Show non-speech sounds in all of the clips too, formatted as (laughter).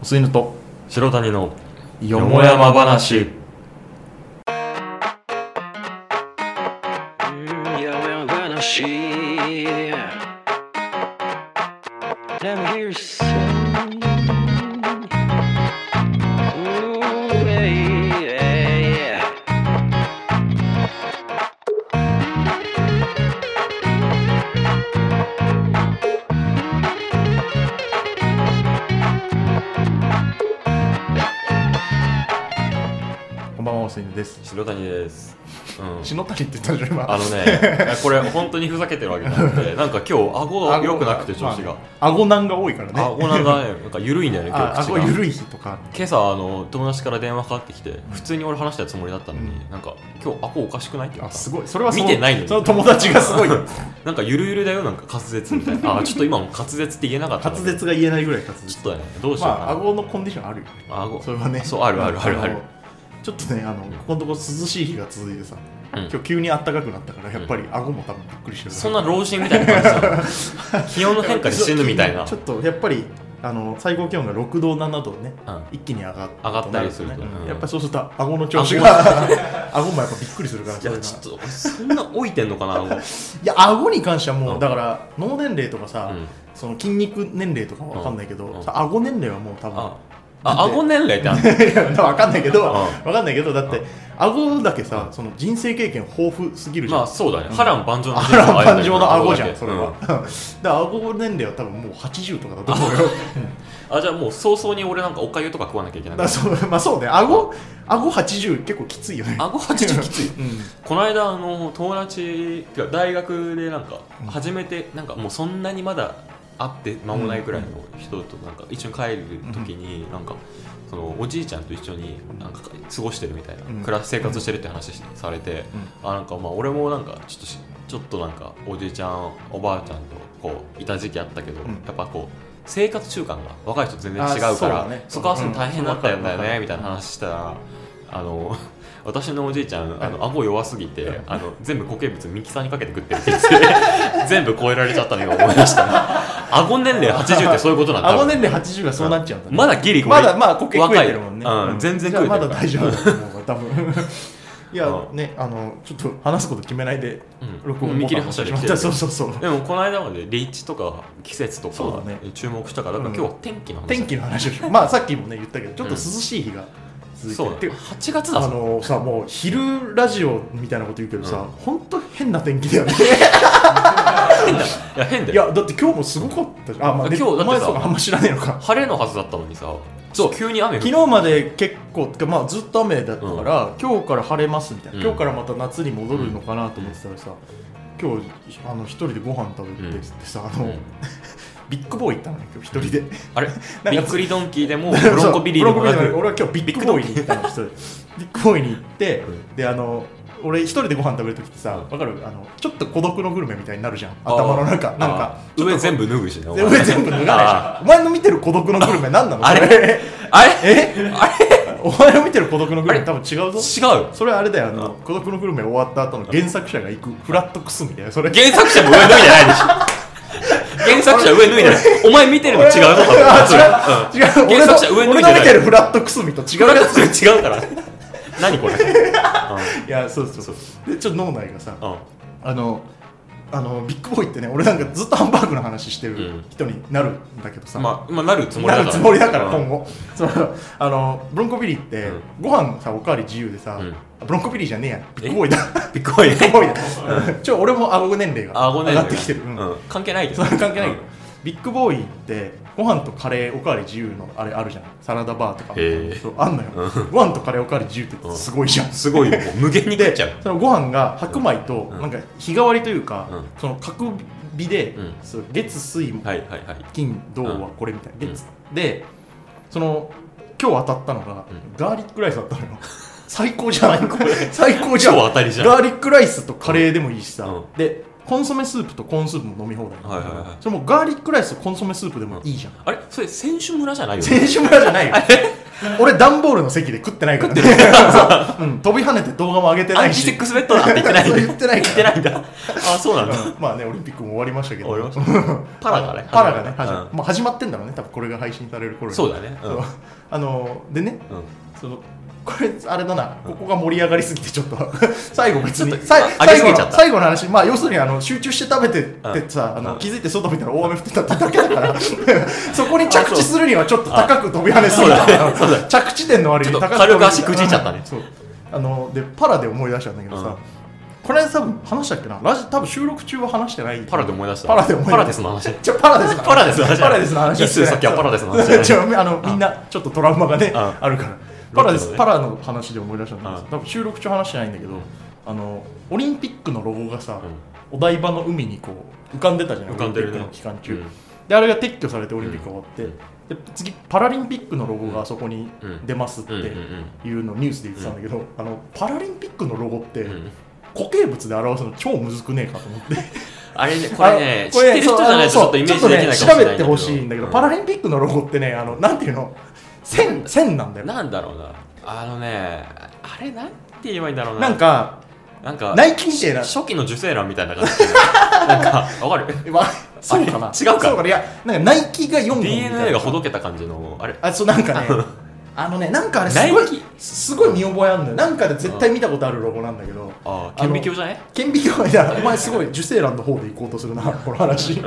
お吸いのと白谷のよもやま話うんやめ話 Let me hear you sing. Ooh, yeah, yeah, yeah. こんばんはお吸いのです白谷です、うん、篠谷って言ったじゃん今 (laughs) あの (laughs) ねこれ本当にふざけてるわけじゃなくてなんか今日顎が良くなくて調子が、あ、顎難が多いからね顎なんだねなんか緩いんだよね今あ日口顎が緩い日とか今朝あの友達から電話かかってきて普通に俺話したつもりだったのに、なんか今日顎おかしくないって言わあれたすごいそれはその見てないのにその友達がす (laughs) ごいよなんかゆるゆるだよなんか滑舌み (laughs) たいなあちょっと今も滑舌って言えなかった滑んだけど舌が言えないぐらい滑ち舌ょっとねどうしまようかなあ、顎のコンディションあるよねあ顎それはねそうあるあるあるあるのちょっとねあのここのとこ涼しい日が続いてさ、うん今日急に暖かくなったからやっぱり顎も多分びっくりしてるそんな老人みたいな感 (laughs) じだ気温の変化で死ぬみたいな、うちょんっとやっぱりあの最高気温が6度7度ね一気に上がっ上がったりするとなねうんやっぱりそうすると顎の調子が顎もやっぱびっくりするからいそういやうのちょっとそんな老いてんのかな、 (laughs) 顎いや顎に関してはもう、うんだから脳年齢とかさ、うんその筋肉年齢とかは分かんないけど、うんうんさ顎年齢はもう多分あだあって顎年齢ってあんのいや分かんないけど、ん (laughs) わかんないけどだって、うん顎だけさその人生経験豊富すぎるじゃん、まあそうだね波乱万丈の波乱万丈の顎顎じゃんそれは、 (laughs) だから顎年齢は多分もう80とかだと思うよあじゃあもう早々に俺なんかおかゆとか食わなきゃいけなだいからそう (laughs) まあそうね顎顎80結構きついよね顎80きついうんこの間あの友達てか大学でなんか初めてなんかもうそんなにまだ会って間もないくらいの人となんか一緒に帰る時になんかそのおじいちゃんと一緒になんか過ごしてるみたいなうん暮らし生活してるって話しされてあなんかまあ俺もなんかちょっとしちょっとなんかおじいちゃんおばあちゃんとこういた時期あったけど、んやっぱこう生活習慣が若い人と全然違うあかそうらだそ,、ねこはその大変だったんだようんわかるわかねるみたいな話したらあの私のおじいちゃんあの顎弱すぎてあの全部固形物ミキサーにかけて食ってるって言って (laughs) 全部超えられちゃったの今思い出したな顎年齢80ってそういうことなんだ顎年齢80がそうなっちゃうんだね、まだギリまだまあ固形食えてるもんね、若いうんうん全然食えてるじゃあまだ大丈夫だと思うわ多 (laughs) 分いや、うんねあのちょっと話すこと決めないでうん録音見切り発車で来てるそうそうそうでもこの間まで立地とか季節とかそうだね注目したから、だから今日は天気の話だね天気の話でしょまあさっきもね言ったけどちょっと涼しい日が続いてそうるだってねいう8月だあぞのさもう昼ラジオみたいなこと言うけどうさん本当変な天気だ (laughs) よね変だいや変だいよやだって今日もすごかったじゃんあまあね今日だってさお前そうかあんま知らねえのか晴れのはずだったのにさそう急に雨降昨日まで結構てかまあずっと雨だったから、今日から晴れますみたいな、うん今日からまた夏に戻るのかなと思ってたらさ、今日あの一人でご飯食べてってさ、あのうんビッグボーイ行ったのね今日一人であれかびっくりドンキーでもブロンコビリーでもなそうブロンコビリーでもなくく俺は今日ビッグボーイに行ったの一人でビッグボーイに行って、うんであの俺一人でご飯食べるときってさ、うわんかるあのちょっと孤独のグルメみたいになるじゃん頭の中あーなんかあー上全部脱ぐしねおで前上全部脱がないじゃんお前の見てる孤独のグルメ何なのあれそれあれえあれお前の見てる孤独のグルメ多分違うぞ違うそれはあれだよあの孤独のグルメ終わった後の原作者が行くフラットクスみたいなそれ原作者も上脱いでないでしょ原作者上脱いでないお前見てるの違うぞ多分それあ違う違う原作者俺の俺上脱いでないの見てるフラットクスミと違ううんやつ違うから何これういやそうそうそうでちょっと脳内がさんうんあのあのビッグボーイってね俺なんかずっとハンバーグの話してうるん人になるんだけどさ、まあまあなるつもりなだからるつもりだからうん今後、そのあのブロンコビリーって、うんご飯さおかわり自由でさ、うんあブロンコビリーじゃねえやビッグボーイだびっくりビッグボーイだ、ちょ俺も顎年齢が顎上ねがってきてる、うんうん関係ないけそどれは関係ないけうど、んビッグボーイってご飯とカレーおかわり自由のあれあるじゃんサラダバーとかへえそうあんのよ、ご飯とカレーおかわり自由ってうんすごいじゃん、すごいよもう無限に食っでちゃうそのご飯が白米とうんなんか日替わりというか、うんその角火で、うんそう月水はいはいはい金銅うんはこれみたいな、月でその今日当たったのが、うんガーリックライスだったのよ最高じゃない最高じゃん超当たりじゃんガーリックライスとカレーでもいいしさ、うでコンソメスープとコーンスープも飲み放題なんだけど、はいはいはいそれもうガーリックライスとコンソメスープでもいいじゃんあれそれ (laughs) 選手村じゃないよね選手村じゃないよ (laughs) 俺段ボールの席で食ってない (laughs) からねそううん飛び跳ねて動画も上げてアなンいチしセックスベッドだって言ってないそう言言ってないってない (laughs) んだあそうなんだうんまあねオリンピックも終わりましたけど終わりましたパラがねパラがね始ま,、うんもう始まってんだろうね多分これが配信される頃にそうだねうんそううんあのでねそのこれあれだなここが盛り上がりすぎて (laughs) ちょっと最後別にちょっとさいあ上げ最す後ぎちゃっのた最後の話まあ要するにあの集中して食べてってさあうんの気づいて外見たら大雨降ってたってだけだから (laughs) そこに着地するにはちょっと高く飛び跳ねすぎた (laughs) あそうだねそうだね着地点の割に高くちょっと軽く足くじいちゃったねそうあのでパラで思い出したんだけどうんさこれ多分話したっけなラジ多分収録中は話してないパラで思い出したパラで思い出したパラデスの話じゃパラデスの話パラデスの話パラデスの話一数先はパラデスの話じゃない (laughs) じゃあのみんなちょっとトラウマがねうんあるからパラデロックのスねパラの話で思い出したんですうん多分収録中話してないんだけどあのオリンピックのロゴがさうお台場の海にこう浮かんでたじゃない浮かんでるねオリンピックの (laughs) 期間う中んであれが撤去されてオリンピックが終わってうんで次パラリンピックのロゴがあそこに出ますってうんうんうんいうのをニュースで言ってたんだけどあのパラリンピックのロゴってうん固形物で表すの超むずくねえかと思ってあれねこれねあ知ってる人じゃないとちそうょっとイメージできないかもしれないちょっとね調べてほしいんだけど、パラリンピックのロゴってねあのなんていうの線線なんだよななんだろうなあのねあれなんて言えばいいんだろうなんかなんかナイキみたいな初期の受精卵みたいな感じでなん (laughs) かわかるえまそうかな違うかそうかないやなんかナイキが4本みたいな DNA がほどけた感じのあれあそうなんかねあのねなんかあれすごいナイキすごい見覚えあるんだよなんかで絶対見たことあるロゴなんだけどああの顕微鏡じゃね顕微鏡だお前すごい受精卵の方で行こうとする (laughs) なこの話う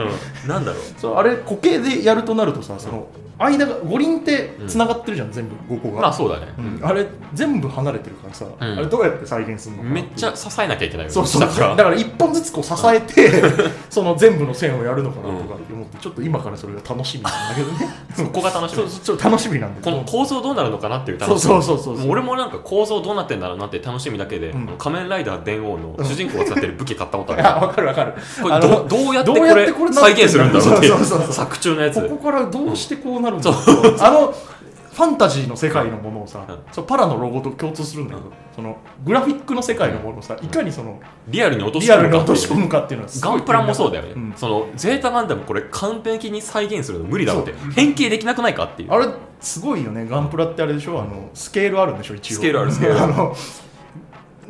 んなんだろうそうあれ固形でやるとなるとさその間が五輪ってつながってるじゃん、全部5個が、まあそうだねうんあれ全部離れてるからさ、んあれどうやって再現するのかなめっていうちゃ支えなきゃいけないよねそうそうだだからから一本ずつこう支えて、その全部の線をやるのかなとかって思って、ちょっと今からそれが楽しみなんだけどね (laughs) そこが楽しそみうそうちょっと楽しみなんだけこのど構造どうなるのかなっていう楽しそうみそうそうそうもう俺もなんか構造どうなってんだろうなって楽しみだけで、うんあの仮面ライダー伝王の主人公が使ってる武器買ったことあいるや分かる分かる (laughs) こあれどのどうやってどうやってここれれ再現するんだろうっ (laughs) てそうそうそうそう作中のやつここからどうしてこうなるんだうんろう、あのファンタジーの世界のものをさ、うんそうパラのロゴと共通するんだけど、うんそのグラフィックの世界のものをさ、いかにそのリアルに落としリア込むルにかっ落てとし込いうむかっていうのはすご (laughs) ガいンプラもそうだよね、うんそのゼータガンダムこれ完璧に再現するの無理だろうって変形できなくないかっていうあれすごいよねガンプラってあれでしょあのスケールあるんでしょ一応スケールあるスケール (laughs) ああるの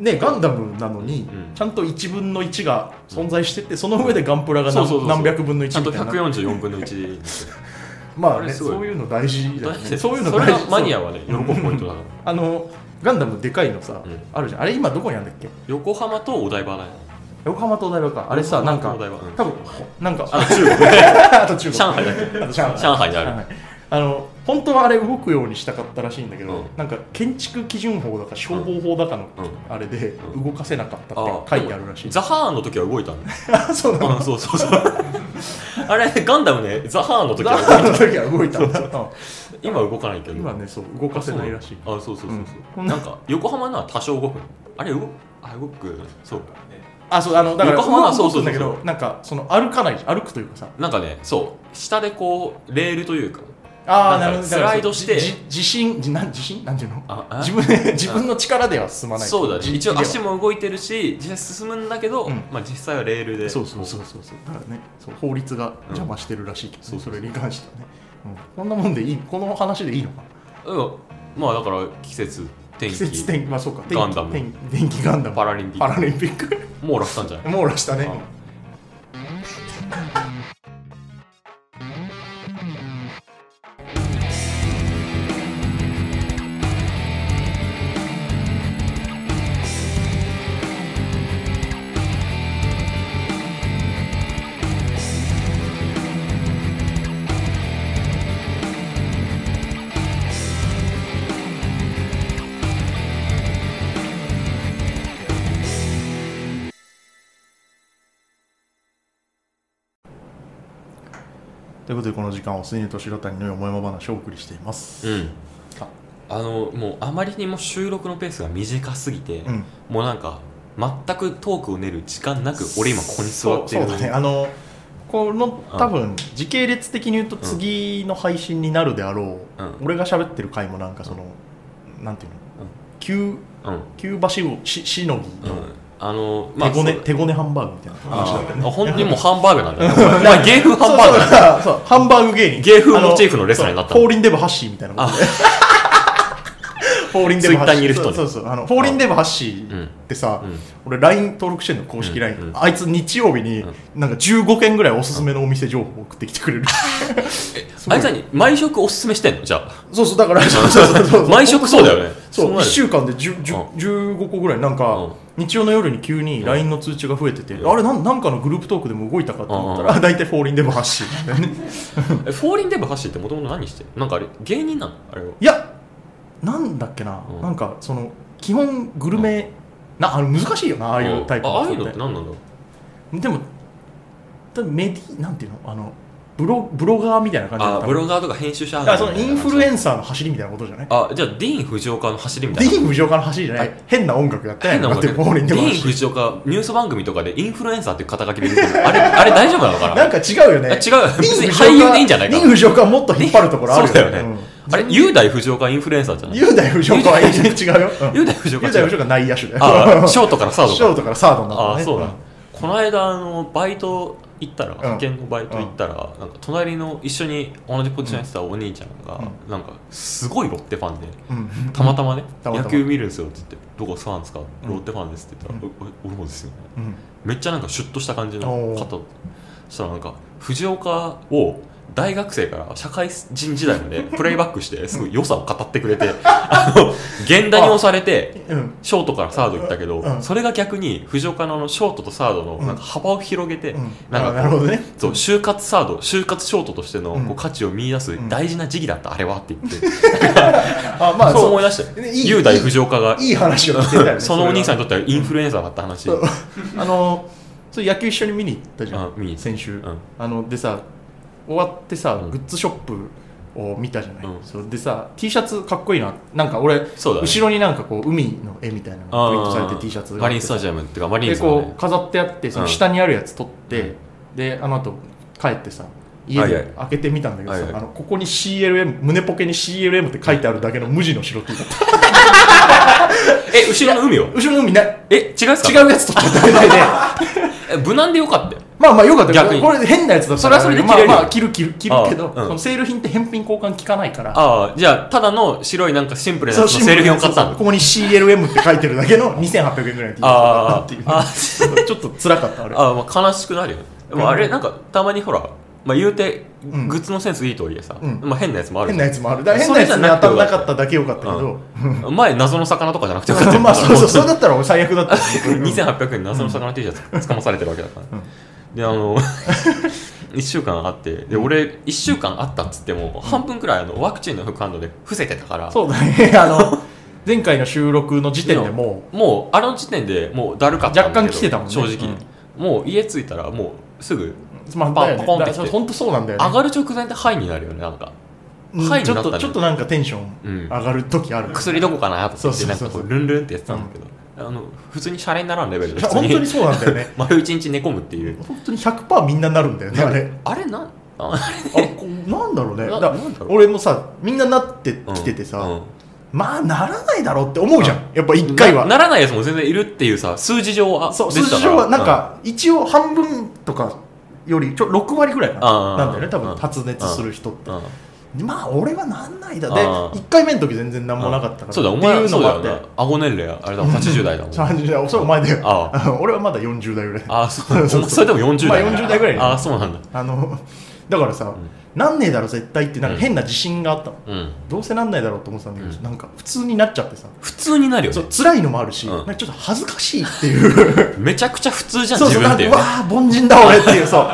ねガンダムなのに、うんちゃんと1分の1が存在しててその上でガンプラがそう何,、そうそうそう百分のちゃ1んとみたいな144分の1まああねれすごいそういうの大事だよねそういうの (laughs) それ大事がマニアそうはね喜ぶポイントだからあのガンダムでかいのさ、うんあるじゃんあれ今どこにあるんだっけ横浜とお台場だよ横浜とお台場かあれさなんか横浜とお台場うん多分なんかあの中 (laughs) 国あと中国 (laughs) 上海だっけあと上海上海にあるはいあの本当はあれ動くようにしたかったらしいんだけど、うんなんか建築基準法だか消防法だかの、うんあれでうん動かせなかったあって書いてあるらしい、ザハーンの (laughs) 時は動いたんだあ (laughs) そうなのあそうそうそう (laughs) あれガンダムねザハーンの時ザはハの時は動いた (laughs) んだ今動かないけうどん今ねそう動かせないらしいあそうそうそうそう、うんなんか横浜のは多少動くのあれ動くあ動くそうあそうあのだから横浜は動くんだけそうそうどそなんかその歩かない歩くというかさなんかねそう下でこうレールというかあなあんかなるほどスライドしてじ自信じなん自信なんていうのああ自分で自分の力では進まないそうだねじ一応足ではも動いてるし実際進むんだけど、うんまあ、実際はレールでそうそうそうそうそうだからねそう法律が邪魔してるらしいけどね、うんそれに関してはね、うん、こんなもんでいいこの話でいいのかなうんまあだから季節天季気節天気まあそうか天気ガンダム天気天気ガンダムパラリンピックパラリンピック (laughs) 網羅したんじゃない網羅したねということでこの時間を水にと白谷のよもやま話をお送りしています、うんああのもうあまりにも収録のペースが短すぎて、うんもうなんか全くトークを練る時間なく俺今ここに座ってるそうそうだねあのこのうん多分時系列的に言うと次の配信になるであろう、うん俺が喋ってる回もなんかその、なんていうの、うん急うん急場しごししのぎうのんあの手ごねそう手ごねハンバーグみたいな話だったよねあ本当にもうハンバーグなん (laughs) だよ。まあ、芸風ハンバーグなんだ。そうそうそうハンバーグ芸人芸風モチーフのレスラーになったフのォーリンデブハッシーみたいなことでフォーリンデブハッシー Twitter にいる人ねそうそうそうあのフォーリンデブハッシーってさ、うんうん俺 LINE 登録してんの公式 LINE、うんうんあいつ日曜日になんか15件ぐらいおすすめのお店情報送ってきてくれ (laughs) るすごあいつらに毎食おすすめしてんのじゃあ。そうそうだからそうそうそうそう (laughs) 毎食そうだよねそうそうな1る週間で10 10 15個ぐらいなんか、うん日曜の夜に急に LINE の通知が増えてて、うんあれなんなんかのグループトークでも動いたかと思ったうんら、 (laughs) 大体フォーリンデブハッシーなんだよねえフォーリンデブハッシーってもともと何してるなんかあれ、芸人なのあれは。いやなんだっけな、うんなんかその基本グルメ、なあの難しいよなああいうタイプあああのいう人のっって何なんだろうてでも多分メディなんていうのあのブロブロガーみたいな感じあ多分ブロガーとか編集者だからそのインフルエンンサーの走りみたいなことじゃないあ、じゃあディーン・フジオカの走りみたデいィな。ーン・藤岡の走りじゃない、はい変な音楽やってない変な (laughs) のもかんっねてデボーリンィでもーン・フジオカ、ニュース番組とかでインフルエンサーっていう肩書きで出てくる。あれ、 (laughs) あれ大丈夫なのかななんか違うよねあ違う別に俳優でいいんじゃないかディーン・藤岡はもっと引っ張るところあるそうだよね。あれ、うん雄大・フジオカインフルエンサーじゃない雄大藤岡は全然違うようん雄大藤岡違う雄大藤岡内野手だよあ、ショートからサードシからョートからサードになったあねあそうだ、んこの間あのバイト行ったら派遣のバイト行ったら、なんか隣の一緒に同じポジションやってたお兄ちゃんが、うなんかすごいロッテファンでうんたまたまね、たまたま野球見るんですよって言って「どこファンですかうんロッテファンです」って言ったら「おお俺もですよね」うんめっちゃなんかシュッとした感じのおー方そしたらなんか藤岡を大学生から社会人時 (laughs) 代までプレイバックしてすごい良さを語ってくれてあの源田に押されてうんショートからサード行ったけど、うんそれが逆に藤岡のあのショートとサードのうんなんか幅を広げて、うんなあんなかるこほうどねそう就活サード就活ショートとしてのうんこう価値を見出す大事な時期だった、あれはって言って、あまあそうそ思い出してねいい雄大藤岡がういい話を聞けた (laughs) よねそのお兄さんとにとってはインフルエンサーだった話、うんあのそれ野球一緒に見に行ったじゃあ見に行んった先週うんあのでさ終わってさうんグッズショップを見たじゃないうんそうでさ T シャツかっこいいななんか俺そうだね後ろになんかこう海の絵みたいなのがプリントされあーて T シャツがあマっリてンスタジアムっていうかマリンでスの、こねう、飾ってあってその下にあるやつ取って、であの後帰ってさ家はいはでい開けてみたんだけどさ、はいはいあのここに CLM 胸ポケに CLM って書いてあるだけの無地の白 T だったえ後ろの海を後ろの海ないえ違うっすか違うやつ取っちゃったみたい (laughs) でえ無難でよかったよまあまあよかったよ逆にこれ変なやつだったからそれはそれで着れるよまあまあ着る着る着るけど、あーうんそのセール品って返品交換効かないからああじゃあただの白いなんかシンプルなそやうつのシンプセールルに品を買ったんだそうここに CLM って書いてるだけの2800円ぐらいの T シャツだったっていうねあちょっと辛かったあれあーまあ悲しくなるよねでもあれなんかたまにほら、まあ、言うてうんグッズのセンスいいとはいえさ、うんまあ、変なやつもある変なやつもあるだから変そなれやつじゃにな当くてたよらかなったかっただけよかったけど、前謎の魚とかじゃなくてよかった (laughs) よ (laughs) まあそうそうそれだったら俺最悪だったよね2800円の謎の魚 T シャツつかまされてるわけだから、であの1週間あってで俺1週間あったっつっても半分くらいあのワクチンの副反応で伏せてたからそうだねあの前回の収録の時点でももうあの時点でもうだるかったんだけど若干来てたもんね正直、もう家着いたらもうすぐうまあだよパねコンってだから本当そうなんだよね上がる直前ってハイになるよねなんかうんハイにちょなったっとねちょっとなんかテンション上がる時ある、薬どこかなとか言ってそうそなうんそかうそこううルンルンってやってたんだけど、あの普通にシャレにならんレベルでいや本当にそうなんだよ (laughs) ね丸一日寝込むっていう本当に100%みんななるんだよねあれあれなんああこうなんだろうねなだからなんだろう俺もさみんななってきててさ、うんまあならないだろうって思うじゃんやっぱ一回はなならないやつも全然いるっていうさ数字上はそう出数てた字から上はなんか一応半分とかよりちょ6割ぐらいかあななーんだよね多う分ん発熱する人ってうんうんまあ俺はなんないだあーで1回目の時全然何もなかったからそうだおってい前うのそうもあだよってね顎年齢あれだもん80代だもん30代それお前だよ (laughs) あ俺はまだ40代ぐらいあ (laughs) あそうお前それでも40代まあ40代ぐらいねああそうなんだあのだからさ、なんねえだろ絶対ってなんか変な自信があったの、うんどうせなんないだろうと思ってたんだけど、うんなんか普通になっちゃってさ普通になるよそねう辛いのもあるし、うんなんかちょっと恥ずかしいっていうめちゃくちゃ普通じゃんそう (laughs) 自そう分なっんかていううねわあ凡人だ俺っていうそう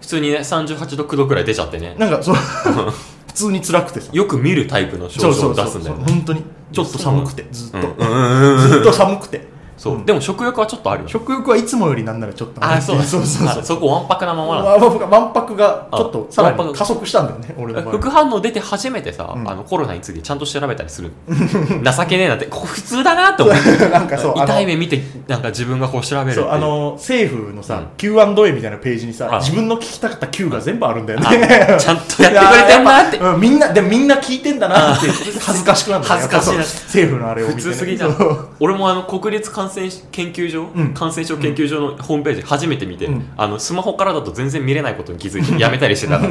普通にね38度9度くらい出ちゃってねなん (laughs) かそう普通に辛くてさよく見るタイプのそ症う状そをうそ出うすんだそうよね本当にちょっと寒くてずっと、うんうんうんうんずっと寒くてそう、うんでも食欲はちょっとあるよね食欲はいつもよりなんならちょっとああるあってそいうだ (laughs) そうそうそうあそこわんぱくなままなんだわんぱくわんぱくがちょっとさらわんぱにく加速したんだよね俺の場合副反応出て初めてさ、うんあのコロナについてちゃんと調べたりする情けねえなってここ普通だなって思っ (laughs) てなんかそうあ痛いの目見てなんか自分がこう調べるってそいううあの政府のうんさ Q&A みたいなページにさあ自分の聞きたかった Q が全部あるんだよあねちゃんとやってくれてんなっていやーやぱうんみんなでもみんな聞い (laughs) てんだなって恥ずかしくなるんだよ恥ずかしいなやっぱそう政府のあれを見てね普通すぎじゃんそう俺もあの国立感染し研究所、うん感染症研究所のホームページ初めて見て、うんあのスマホからだと全然見れないことに気づいてやめたりして (laughs) たの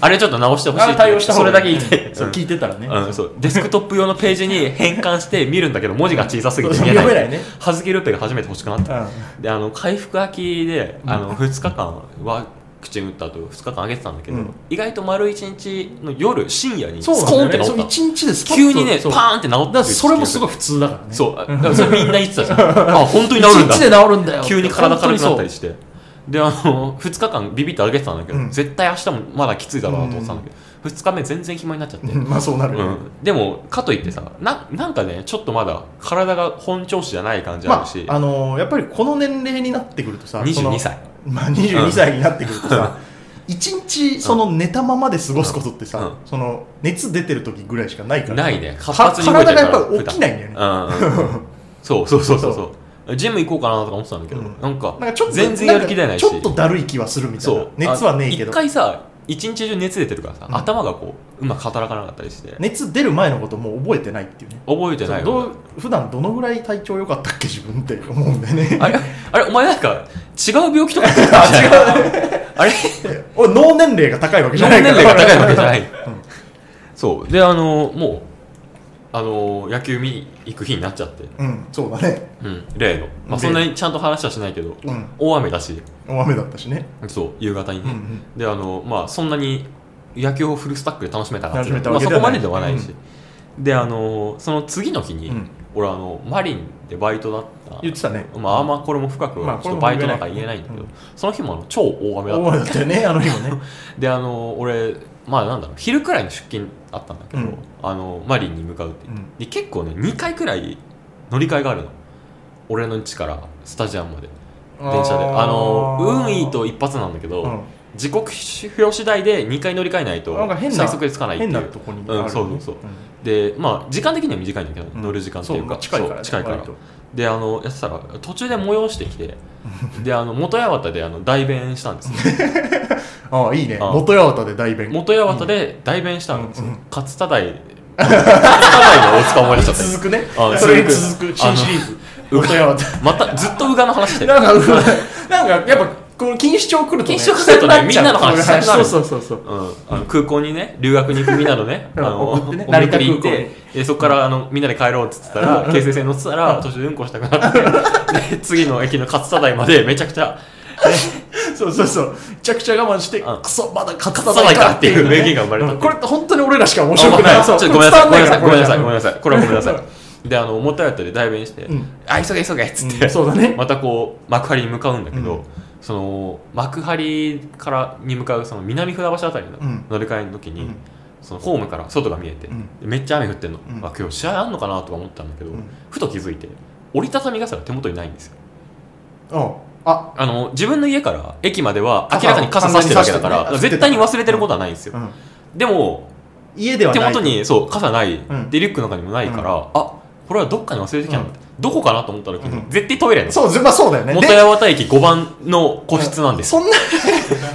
あれちょっと直してほしいってあ対応した方そがれいいだけ言って、そううん聞いてたらね、うん、そうデスクトップ用のページに変換して見るんだけど文字が小さすぎて見え読なめいないね、はずきルーペが初めて欲しくなっうたん、であの回復空きであの2日間ワクチン打った後2日間あげてたんだけど、うん意外と丸1日の夜深夜にスそうなんコンってだよねそう治ったの一日でスパッと急にねパそうーンって治っただからそれもすごいい普通だからねそうだからそれみんな言って (laughs) たじゃんあ本当に治るんだ一日で治るんだよ急に体軽くなったりしてしてであの2日間ビビってあげてたんだけど、うん絶対明日もまだきついだろうなと思ってたんだけど、2日目全然暇になっちゃって、 (laughs) まあそうなるよね、うん、でもかといってさななんかねちょっとまだ体が本調子じゃない感じあまるし、ああのーやっぱりこの年齢になってくるとさその22歳まあ、22歳になってくるとさ、一日その寝たままで過ごすことってさ、うんその熱出てる時ぐらいしかないからないね活か発に動いて体るがやからっぱり起きないんだよね、普段うんうんうんそうそうそうそうそうジム行こうかなとか思ってたんだけど、うんなんかなんかちょっと全然やる気出ないしんかちょっとだるい気はするみたいなそう熱はねえけあど一回さ一日中熱出てるからさ、うん頭がこううまく働かなかったりして、熱出る前のこともう覚えてないっていうね覚えてないよそうどう普段どのぐらい体調良かったっけ自分って思うんだよねあれあれお前なんか違う病 (laughs) 気とか言ってたんじゃないあれ俺脳年齢が高いわけじゃないから年齢が高いわけじゃないい、そうであのもうあの野球見に行く日になっちゃって、うんそうだねうん、例の、ま例のあ、そんなにちゃんと話はしないけど、うん大雨だし大雨だったしねそう夕方にうんうね、んであのまあそんなに野球をフルスタックで楽しめたかっていう楽しめまあ、たそこわけまでででははなないいし、であのその次の日に、うん俺あのマリンでバイトだった言ってたねまあ、あんまこれも深くまあはちょっとこれもバ言えイなトないんか言えないんだけど、うんその日もあの超大雨だった大雨だったよねあの日も (laughs) ねであの俺まあなんだろう昼くらいに出勤あったんだけど、うんあのマリンに向かうって、うんで結構ね2回くらい乗り換えがあるの俺の家からスタジアムまで電車であの運いいと一発なんだけど、うん時刻表次第で2回乗り換えないとなんか変な最速でつかないってい変なうとこにあうんそうそうそうでまあ時間的には短いんだけど、うん乗る時間っていうかそ近いからそうね近いから割とであのやってたら途中で催して (laughs) きてであの元八幡であの代弁したんですよああいいねあ元八幡で代弁元八幡で代弁したんですようんうん勝田台 (laughs) 勝田台の大塚思い出しちゃった続くねあそれに続続くく新シリーズあの元八またずっと宇賀の話して幡るなんかなんかやっぱこの錦糸町来るとね錦糸町来る (laughs) とねみんなの話したくなるそうそうそうそううん、あの空港にね留学に行くみんなのねうあんの送ってねお見送り行っ成田空てでそこからあのみんなで帰ろうっつってたら京成線乗ってたら途中でうんこしたくなって (laughs) で次の駅の勝田台までめちゃくちゃそうそうそうめちゃくちゃ我慢してうんクソまだ勝勝たないかっていう名言が生まれたっていうこれって本当に俺らしか面あちょ白っとくないそうごめんなさい、こごめんれな伝さい、ごめわなんなさい、ごめんいなさい、これはごめんなさい。で、あの、もったいあったで代弁してうん、あ、急げ急げっつっうんて、そうだねまたこう、幕張に向かうんだけうんど、その、幕張からに向かう、その南船橋あたりのうん乗り換えの時うにん、そのホームから外が見えて、でうんめっちゃ雨降ってんのう。んあ、今日試合あんのかなとか思ったんだけどうん、ふと気づいて、折りたたみ傘が手元にないんですよ。うんああの、自分の家から駅までは傘明らかに傘差してるわけだか完全に差してら、るね絶対に忘れてることはないんですよう。んでも、家では手ない元にそう傘ない、んでリュックの中にもないから、うあこれはどっかに忘れてきたの、うんどこかなと思った時に、うん絶対トイレのそうずまあそうだよね元で八幡駅5番の個室なんです、そんな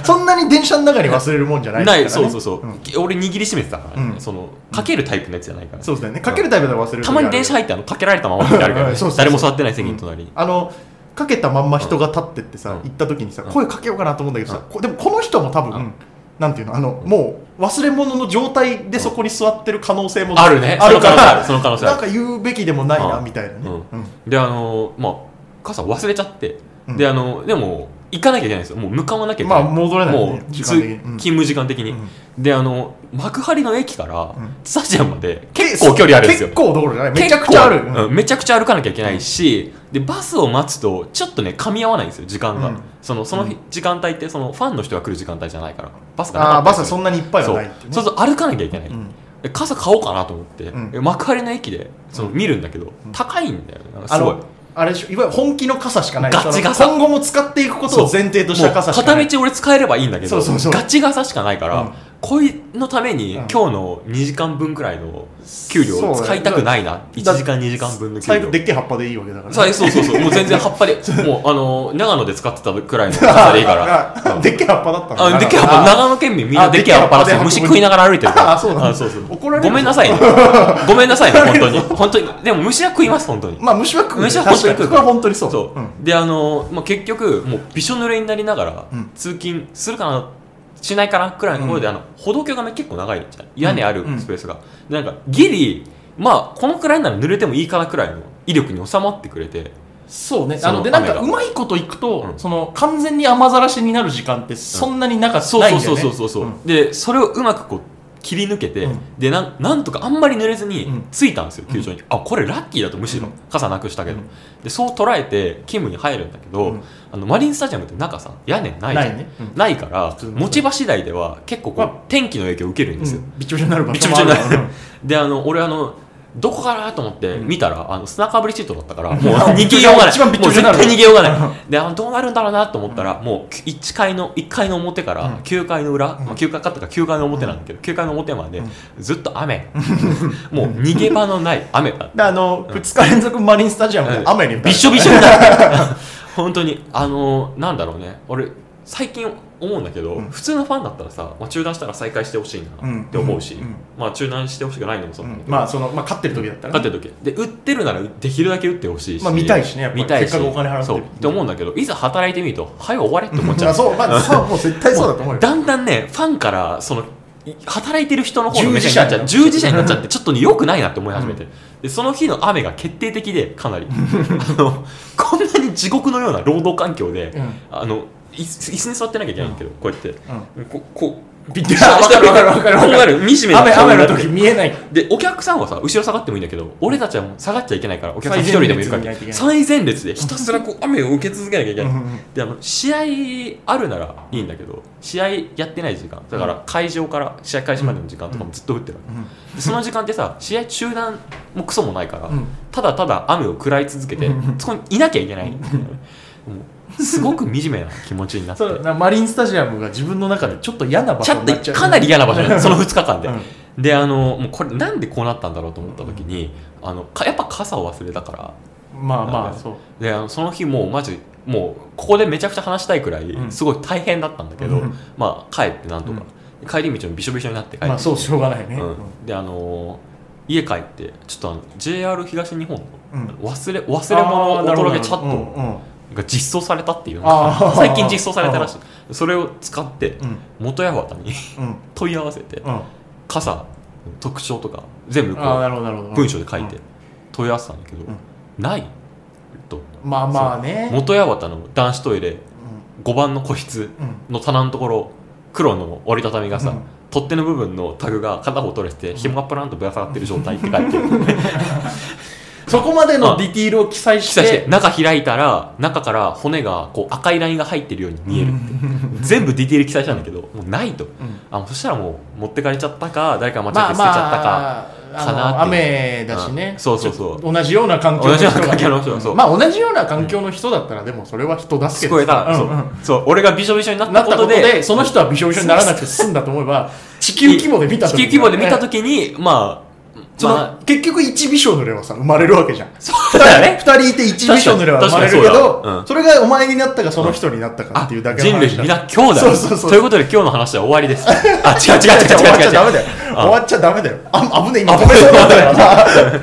そんなに電車の中に忘れるもんじゃないでなすからいそねうそうそう、ん俺握りしめてたからね、うんそのかけるタイプのやつじゃないから、そうですよねかけるタイプで忘れるたまに電車入入ってあのかけられたままってあるから、ねそうそうそう誰も座ってない席の隣に、あのかけたまんま人が立ってってさ、うん行った時にさ、うん声かけようかなと思うんだけどさ、うんこでもこの人も多分、うんなんていうのあのもう忘れ物の状態でそこに座ってる可能性もあるねあるからその可能性あなんかるその可能性ある言うべきでもないな、うんみたいなね、ううんであのまあ傘忘れちゃって、うんであのでも行かなきゃいけないんですよもう向かわなきゃいけない、まあ戻れないねもう時通間的にうん勤務時間的に、うんであの幕張の駅からうんスタジアムまで結構距離あるんですよ結構どころじゃないめちゃくちゃある、結構うんめちゃくちゃ歩かなきゃいけないし、でバスを待つとちょっとね噛み合わないんですよ時間が、うんそのその日時間帯ってそのファンの人が来る時間帯じゃないからバスがなああかバっスたはりすそるんなにいっぱいそはなういっていうねそうそう歩かなきゃいけない、うんで傘買おうかなと思って、うん幕張の駅でその見るんだけど、ん高いんだよねなんかあすごいのあれでしょいわゆる本気の傘しかないでしょガチ傘今後も使っていくことを前提とした傘しかないもう片道俺使えればいいんだけどそうそうそうガチ傘しかないから、うん恋のためうんに今日の2時間分くらいの給料を使いたくないな、1時間2時間分の給財布で料っけえ葉っぱでいいわけだから、そうそうそ (laughs) うそうもう全然葉っぱでもうあの長野で使ってたくらいの葉っぱでいいからあでっけえ葉っぱだったのあでっけえ葉っぱ長野県民みんなでっけえ葉っぱだあしでっけえ葉っぱで虫食いながら歩いてるからあそうなんだそうそう怒られるごめんなさいねごめん (laughs) なさいね本当に本当にでも虫は食います本当にまあ虫は食うよ虫は本当に食う確かこれは本当にそうそう、んであのまあ、結局もうびしょ濡れになりながらうん通勤するかなしないかなくらいのところで、あの歩道橋がね結構長いじゃん屋根あるうんスペースが、でなんかギリまあこのくらいなら濡れてもいいかなくらいの威力に収まってくれてそうねそあののでなんか雨がうまいこといくと、うんその完全に雨ざらしになる時間ってそんなになかった、そうないんそうだそようねそうそうそう、んでそれをうまくこう切り抜けて、うんでなんなんとかあんまり濡れずにうん着いたんですよ、球場にあこれラッキーだとむしろ、うん傘なくしたけど、うんでそう捉えて勤務に入るんだけど、うんあのマリンスタジアムって中さ屋根ないじゃんないねうんないから普通の持ち場次第では結構こう、まあ天気の影響を受けるんですよ、びちょびちょになる場び所ちょびちょになるもあかであの俺あのどこかなと思ってうん見たら、あの砂かぶりシートだっ (laughs) たからもう逃げようがない一番びっちもょうびちょ絶にな対る逃げようがないであのどうなるんだろうなと思ったら、もう1階の1階の表かうらん9階の裏、んまあ、9階かったから9階の表なんだけど、9階の表までうんずっと雨 (laughs) もう逃げ場のない雨だっらあの2日連続マリンスタジアムで (laughs) 雨に打たれてたびしょびしょになる (laughs) 本当にあのなんだろうね俺最近思うんだけど、うん普通のファンだったらさ、まあ、中断したら再開してほしいなって思うし、うんうんまあ、中断してほしくないのもそううなんだんけど、まあそのまあ勝ってる時だったらね、勝ってる時で売ってるならできるだけ売ってほしいし、まあ見たいしねやっぱり見たいしせっかくお金払ってるそうって思うんだけどいざ働いてみるとはい終われって思っちまゃあうそうまあそうもう絶対そうだと思うよだんだんねファンからそのい働いてる人の方の目従事線にな者になっちゃるう従事者になっちゃってちょっとね良くないなって思い始めて、でその日の雨が決定的でかなりあのこんなに地獄のような労働環境で、うんあの椅子椅子に座ってなきゃいけないんだけど、こうやって、ここ (laughs) うびっくりしたこうわかるわかるわかるこうなる惨めな雨顔雨になのって時見えないでお客さんはさ後ろ下がってもいいんだけど俺たちはもう下がっちゃいけないからお客さん一人でもいるか最前列にいないといけならい最前列でひたすらこう雨を受け続けなきゃいけないうんうんうんであの試合あるならいいんだけど試合やってない時間だから会場から試合開始までの時間とかもずっと降ってるわけでその時間ってさ試合中断もクソもないから、うんただただ雨を食らい続けて、うんうんそこにいなきゃいけない、もうすごく惨めな気持ちになってそうだなマリンスタジアムが自分の中でちょっと嫌な場ち所ょにっなっちとゃうかなり嫌な場所になるその2日間で、うんであのもうこれなんでこうなったんだろうと思った時にあのかやっぱ傘を忘れたからまあまあそうであのその日もうマジもうここでめちゃくちゃ話したいくらいうんすごい大変だったんだけど、うんまあ帰ってなんとか、帰り道もびしょびしょになって帰ってきて、まあそうしょうがないねうん、であのー家帰ってちょっとあの JR 東日本のうん忘れ忘れ物をおとろけチャッうんトうんが実装されたっていうのあがー (laughs) 最近実装されたらしいそれを使ってうん元八幡に (laughs) うん問い合わせてうん傘特徴とか全部こああうなるほどなるほど文章で書いうんて問い合わせたんだけど、うんないとまあまあね元八幡の男子トイレ5番の個う室んうんの棚のところ黒の折りたたみがさ、うん取っ手の部分のタグが片方取れてて紐がプランとぶら下がってる状態って書いてるそこまでのディティールを記載 (laughs) 記し載してて中開いたら中から骨がこう赤いラインが入ってるように見えるって、全部ディテール記載したんだけどもうないとうんあそしたらもう持ってかれちゃったか誰かが間違って捨てちゃったか、まあかなあのって雨だしねうんそうそうそう同じような環境の人が同じような環境の人がそうまあ同じような環境の人だったらでもそれは人助聞けこえた、うんそううんそう俺がびしょびしょになっなたっこたこととででその人はびしょびしょにならなくて済んだと思えば地球規模で見た地時球に規模で見た時にまあそのまあ結局1美少濡れはさ生まれるわけじゃんそうだね2人いて1美少濡れは生まれるけ確かどに確かにそうそ,、だうんれがお前になったかその人になったかあっていうだけの人類話だ皆兄弟そうそうそうということで今日の話は終わ (laughs) りですあ違う違う違終わっちう違う違ゃダう違うメだよ終わっちゃダメだよあ危ねえ今あ止めそうだったよ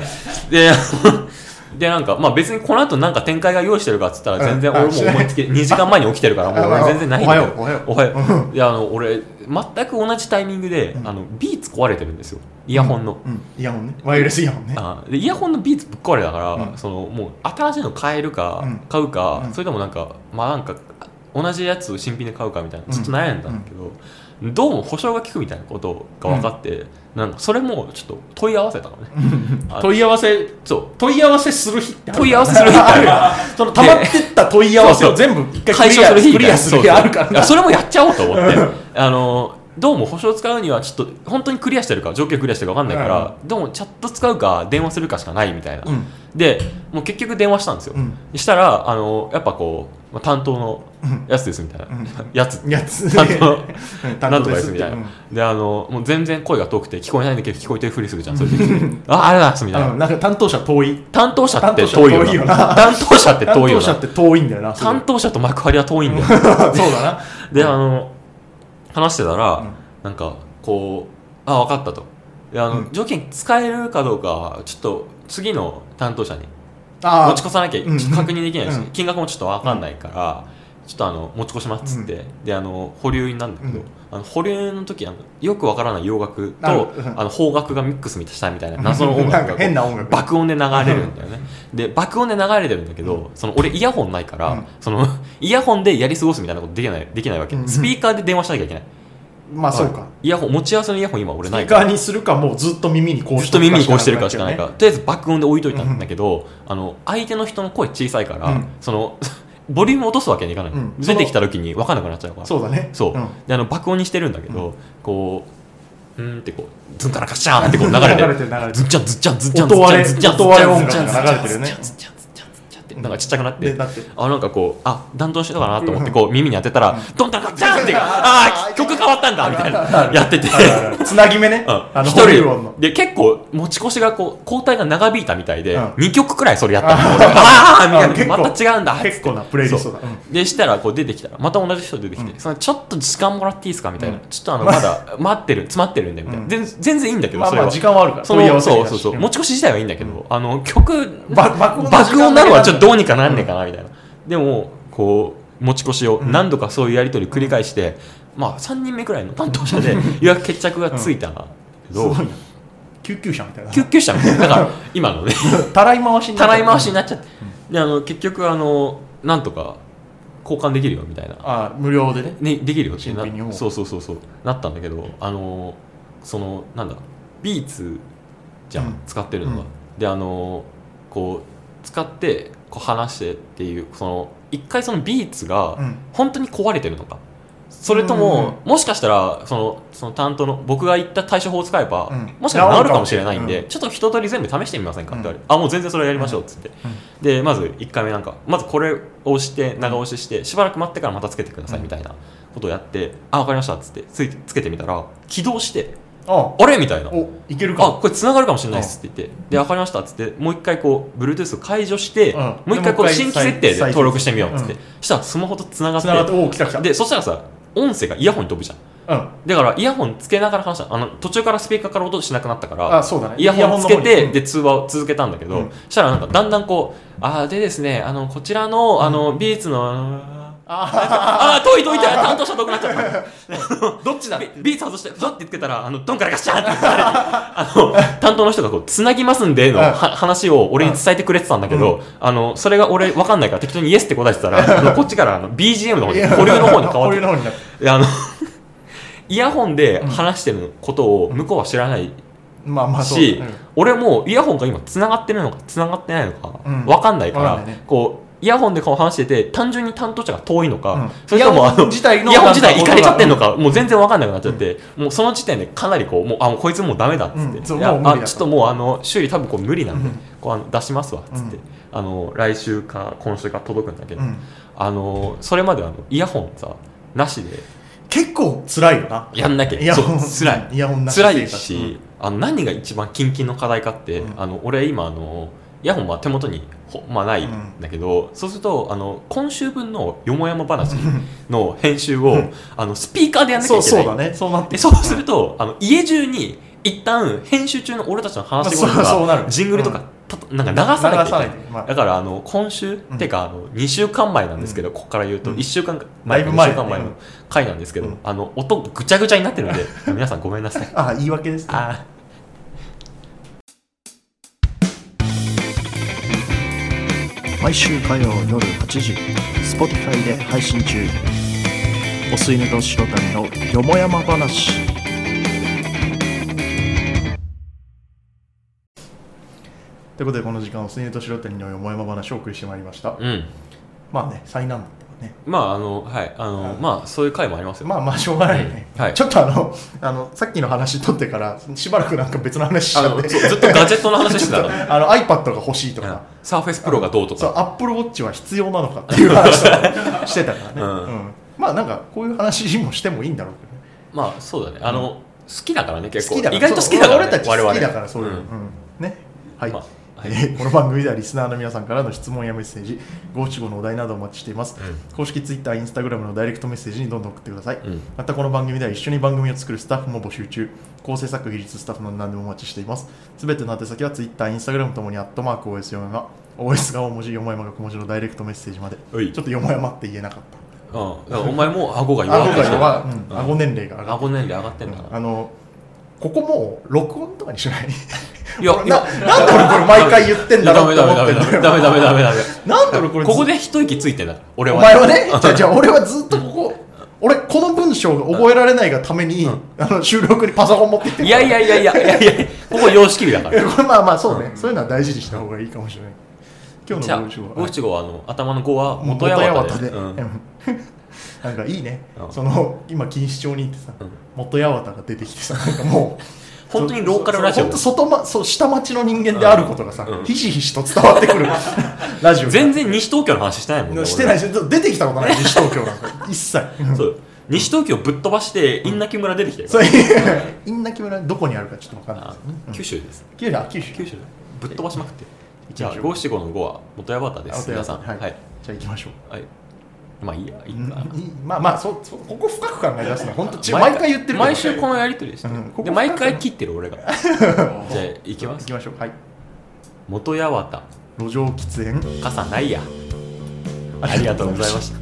ででなんかまあ別にこの後なんか展開が用意してるかっつったら全然うんあ俺もう思いつき2時間前に起きてるからもう俺全然ないんだけどおはようおはようであの俺全く同じタイミングであのビーツ壊れてるんですよイヤホンの、うんイヤホンねワイヤレスイヤホンねあでイヤホンのビーツぶっ壊れたから、うんそのもう新しいの買えるか、うん買うか、うんそれともなんかまあなんか同じやつを新品で買うかみたいなうんずっと悩んだんだけど、どうも保証が効くみたいなことが分かって、なんかそれもちょっと問い合わせたのね、あ問い合わせそ問い合わせする日ってうある問い合わせする日ってあ (laughs) るからその溜まってった問い合わせを全部一回解消する日クリアする日あるからそうそういなやそれもやっちゃおうと思ってあのどうも保証使うにはちょっと本当にクリアしてるか条件クリアしてるか分かんないから、どうもチャット使うか電話するかしかないみたいな、うんでもう結局電話したんですよ、うんしたらあのやっぱこうまあ、担当のやつですみたいな、やつやつ担当うんなんとかですみたいな、うんであのもう全然声が遠くて聞こえないんだけど聞こえてるふりするじゃんそういう時ってああれだっすみたいな、うんなんか担当者遠い担当者って遠いよな担当者って担遠いよ当者なって遠いんだよなすごい担当者と幕張は遠いんだよ (laughs) そうだなであの話してたら、んなんかこうあ分かったとであの、うん条件使えるかどうかちょっと次の担当者にあ持あち越さなきゃちょうんっと確認できないし、うん金額もちょっと分かんないから、ちょっとあの持ち越しますっつって、であの保留になるんだけど、うんあの保留の時あのよく分からない洋楽とああるうんの邦楽がミックスしたみた (laughs) いな謎の音楽がなんこかう変な音楽爆音で流れるんだよね、で爆音で流れてるんだけど、その俺イヤホンないから、うんその (laughs) イヤホンでやり過ごすみたいなことできないできないわけ、うんスピーカーで電話しなきゃいけない、まあそうかイヤホン持ち合わせのイヤホン今俺スピないーかカらーにするかもうずっと耳にこうずっと耳にこうしてるかしかないらから、とりあえず爆音で置いといたんだけど、あの相手の人の声小さいから、うんそのボリューム落とすわけにいかない、うん出てきた時に分かんなくなっちゃうからそうだねそううんであの爆音にしてるんだけど、こううーんってこうズンからカシャーンってこう流れて流れてる流れてズるッチャンズッチャンズッチャンズ音割れッチャンズ音ッ割チれャン音ズッチャン楽が流れてるよねズッチャンズッチャンズッチャンズッチャンズッチャンってなんかちっちゃくなって、でだってあなんかこうあ弾頭してたかなと思ってこう耳に当てたら、ドンタンカチャンってああ曲変わったんだみたいなやっててあるあるつなぎ目ねうんあの一ホリー音人ので結構持ち越しがこう交代が長引いたみたいで、うん2曲くらいそれやったの俺 (laughs) ああみたいなあま結構た違うんだ結構なプレイリストだそうでしたらこう出てきたらまた同じ人出てきて、うんそのちょっと時間もらっていいですかみたいな、うんちょっとあのまだ待ってる詰まってるんでみたいな、うん全全然いいんだけどまあそれまは、あ時間はあるからそ問い合のわせそがうそうそううん持ち越し自体はいいんだけど、あの曲ば爆音の時間が爆音なのはちょっとどうにかなんねえかなみたいな、でもこう持ち越しを何度かそういうやり取り繰り返して、まあ3人目くらいの担 (laughs) 当者で予約決着がついたんだけすど、ごいな救急車みたいな救急車みたいなだから今 (laughs) のねたらい回しになたっちゃうらい回しになっちゃって、であの結局あのなんとか交換できるよみたいなあ無料でねね、できるよってな新品をそうそうそうそうなったんだけどあのーそのなんだビーツじゃん、うん使ってるのが、うんであのーこう使ってこう話してっていうその一回そのビーツうがん本当に壊れてるのかそれとうんうんも、もしかしたらそのその担当の僕が言った対処法を使えば、うんもしかしたら治るかもしれないんで、うちょっと一通り全部試してみませんかって言われうて、あもう全然それやりましょうっつって、うんでまず1回目なんかまずこれを押して長押ししてしばらく待ってからまたつけてくださいみたいなことをやって、あわかりましたっつってついつけてみたら起動してああれみたいなおいけるかあこれ繋がるかもしれないですって言って、でわかりましたっつってもう一回こう Bluetooth を解除して、うんもう一回こうでもう一回新規設定で再登録してみようっつって、うんしたらスマホと繋がっつてながっておお来た来たでそしたらさ音声がイヤホンに飛ぶじゃんうんだからイヤホンつけながら話したのあの途中からスピーカーから音しなくなったからあそうだねイヤホンつけイヤホンの方てにで通話を続けたんだけど、うんしたらなんかだんだんこうあーでですねあのこちらのあのビーツのあのあー遠い遠い遠い担当者遠くなっちゃったどっちだビビーツ外してふわってつけたらあのドンからガシャンって言わ (laughs) れてあの担当の人がこうつなぎますんでのうんは話を俺に伝えてくれてたんだけど、あのそれが俺わかんないから適当にイエスって答えてたらあのこっちからあの BGM の方に保留の方に変わ保って留の方になってであの (laughs) イヤホンで話してることを向こうは知らないまあまあそうし、だね俺もイヤホンが今つながってるのかつながってないのかうん分かんないから、わかんないねこうイヤホンで顔話してて単純に担当者が遠いのか、うんそれともイあヤホンの自体のイヤホン自体行かれちゃってるのか、もう全然分かんなくなっちゃって、もうその時点でかなりこうもうあもうこいつもうダメだっつって、うんそういやもう無理だあちょっともうあの修理多分こう無理なんで、うんこうあの出しますわっつって、うんあの来週か今週か届くんだけど、うんあのそれまであのイヤホンさなしで結構辛いよなやんなきイゃヤそうホン辛いイヤホンな辛い生活し、あの何が一番キンキンの課題かって、うんあの俺今あのイヤホンは手元にほ、まあ、ないうんんだけど、そうするとあの今週分のよもやま話うの編集を、うんあのスピーカーでやんんなきゃそいうけそないうだねそうなってでそうすると、あの家中に一旦編集中の俺たちの話し声とまあそうそうなかるジングルとか、たなんか流さなきゃいけない流さないとだからあの今週、うんてかあの2週間前なんですけど、ここから言うとうん1週間だい前ぶか、前2週間前うのん回なんですけど、うんあの音ぐちゃぐちゃになってるんで皆さんごめんなさいああ言い訳ですねあ毎週火曜夜8時 Spotify で配信中お吸い寝と白谷のよもやま話ということでこの時間を「すねと白谷のよもやま話」をお送りしてまいりましたーうんまあね災難だったかねまああのはいあの、うんまあそういう回もありますよ、まあまあしょうがないね、はいちょっとあのあのさっきの話取ってからしばらく (laughs) なんか別の話しちあゃっのてそうずっとガジェットの話して (laughs) ちたょっのとあの iPad が欲しいとか、サーフェスプロがどうとそうか、アップルウォッチは必要なのかっていう話とかしてたからね、うんうんまあなんかこういう話もしてもいいんだろうけどねまあそうだねあの、好きだからね結構好きだから意外と好きだかそら、ね、う俺たち好きだからそう我いう々の、うんねはい、まあはえいーこの番組ではリスナーの皆さんからの質問やメッセージ5七5のお題などお待ちしています、う公式ツイッターインスタグラムのダイレクトメッセージにどんどん送ってください、うんまたこの番組では一緒に番組を作るスタッフも募集中構成作技術スタッフの何でもお待ちしていますすべての宛先はツイッターインスタグラムともにアットマーク OS よもやま OS が大文字よもやまが小文字のダイレクトメッセージまでちおいょっとよもやまって言えなかっうん、だからお前もう顎がた顎弱が弱い、ううんん、顎年齢が上がって顎年齢上がってんだうんかあのここもう録音とかにしないらいや俺ななんで俺これ毎回言ってんだろうって思ってんだよダメダメダメダメダメダメなんで俺これずここで一息ついてんだ俺はお前はねじゃあじゃあ俺はずっとここ俺この文章が覚えられないがために、あの収録にパソコン持って行っているやいやいやいやいやいやいやここ様式美だかいや (laughs) らこれまあまあそうね、そういうのは大事にした方がいいかもしれない今日じゃのあ文章は五七五はあの頭の五は元元八八幡幡で、でうんうん (laughs) なんかいいね、うんその今錦糸町に行ってさ、うん元八幡が出てきてさなんかもう (laughs) 本当にローカルラジそオうそう本当外、ま、そう下町の人間であることがさ、うんひしひしと伝わって (laughs) くるラジオ全然西東京の話してないもんねしてないいし出てきたことない西東京なんか一切そう西東京ぶっ飛ばして因泣村出てきた (laughs) よそういう因泣村どこにあるかちょっと分かんないであすよね九州です九州だ九州九州ぶっ飛ばしまくってじゃあ行きましょう五七五の五は元八幡であす皆さんは、はいいはいじゃあ行きましょうまあいいやいいうんかいいまあまあそうそうここ深く考え出すの本当ち毎毎回言ってるけど毎週このやり取りしてるうんここで毎回切ってる俺が (laughs) じゃあ行きま行すきましょうはい元八幡路上喫煙傘ないやありがとうございました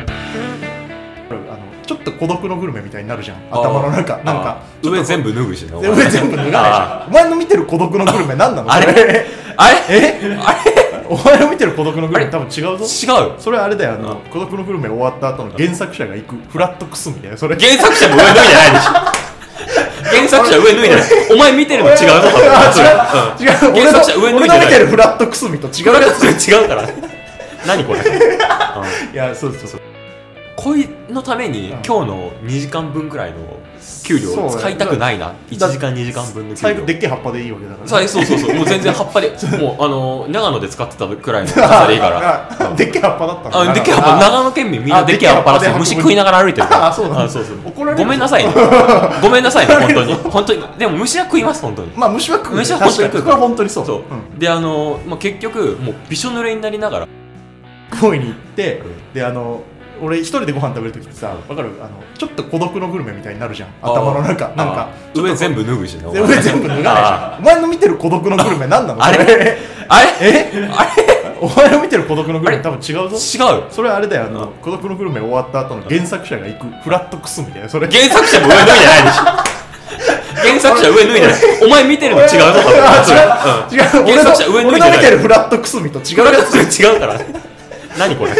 あのちょっと孤独のグルメみたいになるじゃん頭の中なんかあー上全部脱ぐしなお前上全部脱がないじゃんお前の見てる孤独のグルメ何なのあれそあれえあれお前の見てる孤独のグルメ多分違うぞ違うよそれあれだよあのうん孤独のグルメ終わった後の原作者が行くフラットくすみだよそれ原作者も上脱いでないでしょ原作者上脱いでないお前見てるの違うぞ多分あうん違う違う俺原の作者上脱い俺でのない見てるフラットくすみと違う違うややつ違 (laughs) うから何これついやそうそうそうこいのためにうん今日の2時間分くらいの給料を使いたくないな1だ時間2時間分の給最後で料っけえ葉っぱでいいわけだからさあそうそうそうもう全然葉っぱでもうあの長野で使ってたくらいの傘でいいから (laughs) らでっけえ葉っぱだったのあでっけえ葉っぱあ長野県民みんなでっけえ葉っぱらしあでっけえ葉っぱい虫食いながら歩いてるからあそうなんだそうそう怒られるごめんなさいね (laughs) ごめんなさいね (laughs) 本当に本当にでも虫は食います本当にまあ虫は食うよ虫は本当に食う確かこれは本当にそうそう、んであの、まあ、結局もうびしょ濡れになりながら食いに行ってうんであの俺一人でご飯食べるときってさうわかるあのちょっと孤独のグルメみたいになるじゃん頭の中なんかあ上全部脱ぐしねおで前上全部脱がないじゃんお前の見てる孤独のグルメ何なのあそれあれえあれお前の見てる孤独のグルメ多分違うぞ違うよそれあれだよあの、うん孤独のグルメ終わった後の原作者が行くフラットくすみだよそれ原作者も上脱いでないでしょ原作者上脱い (laughs) でないお前見てるの違うぞ多分あ違う違う原作者俺上脱のいで俺ないの見てるフラットくすみと違うやつ違うから何これ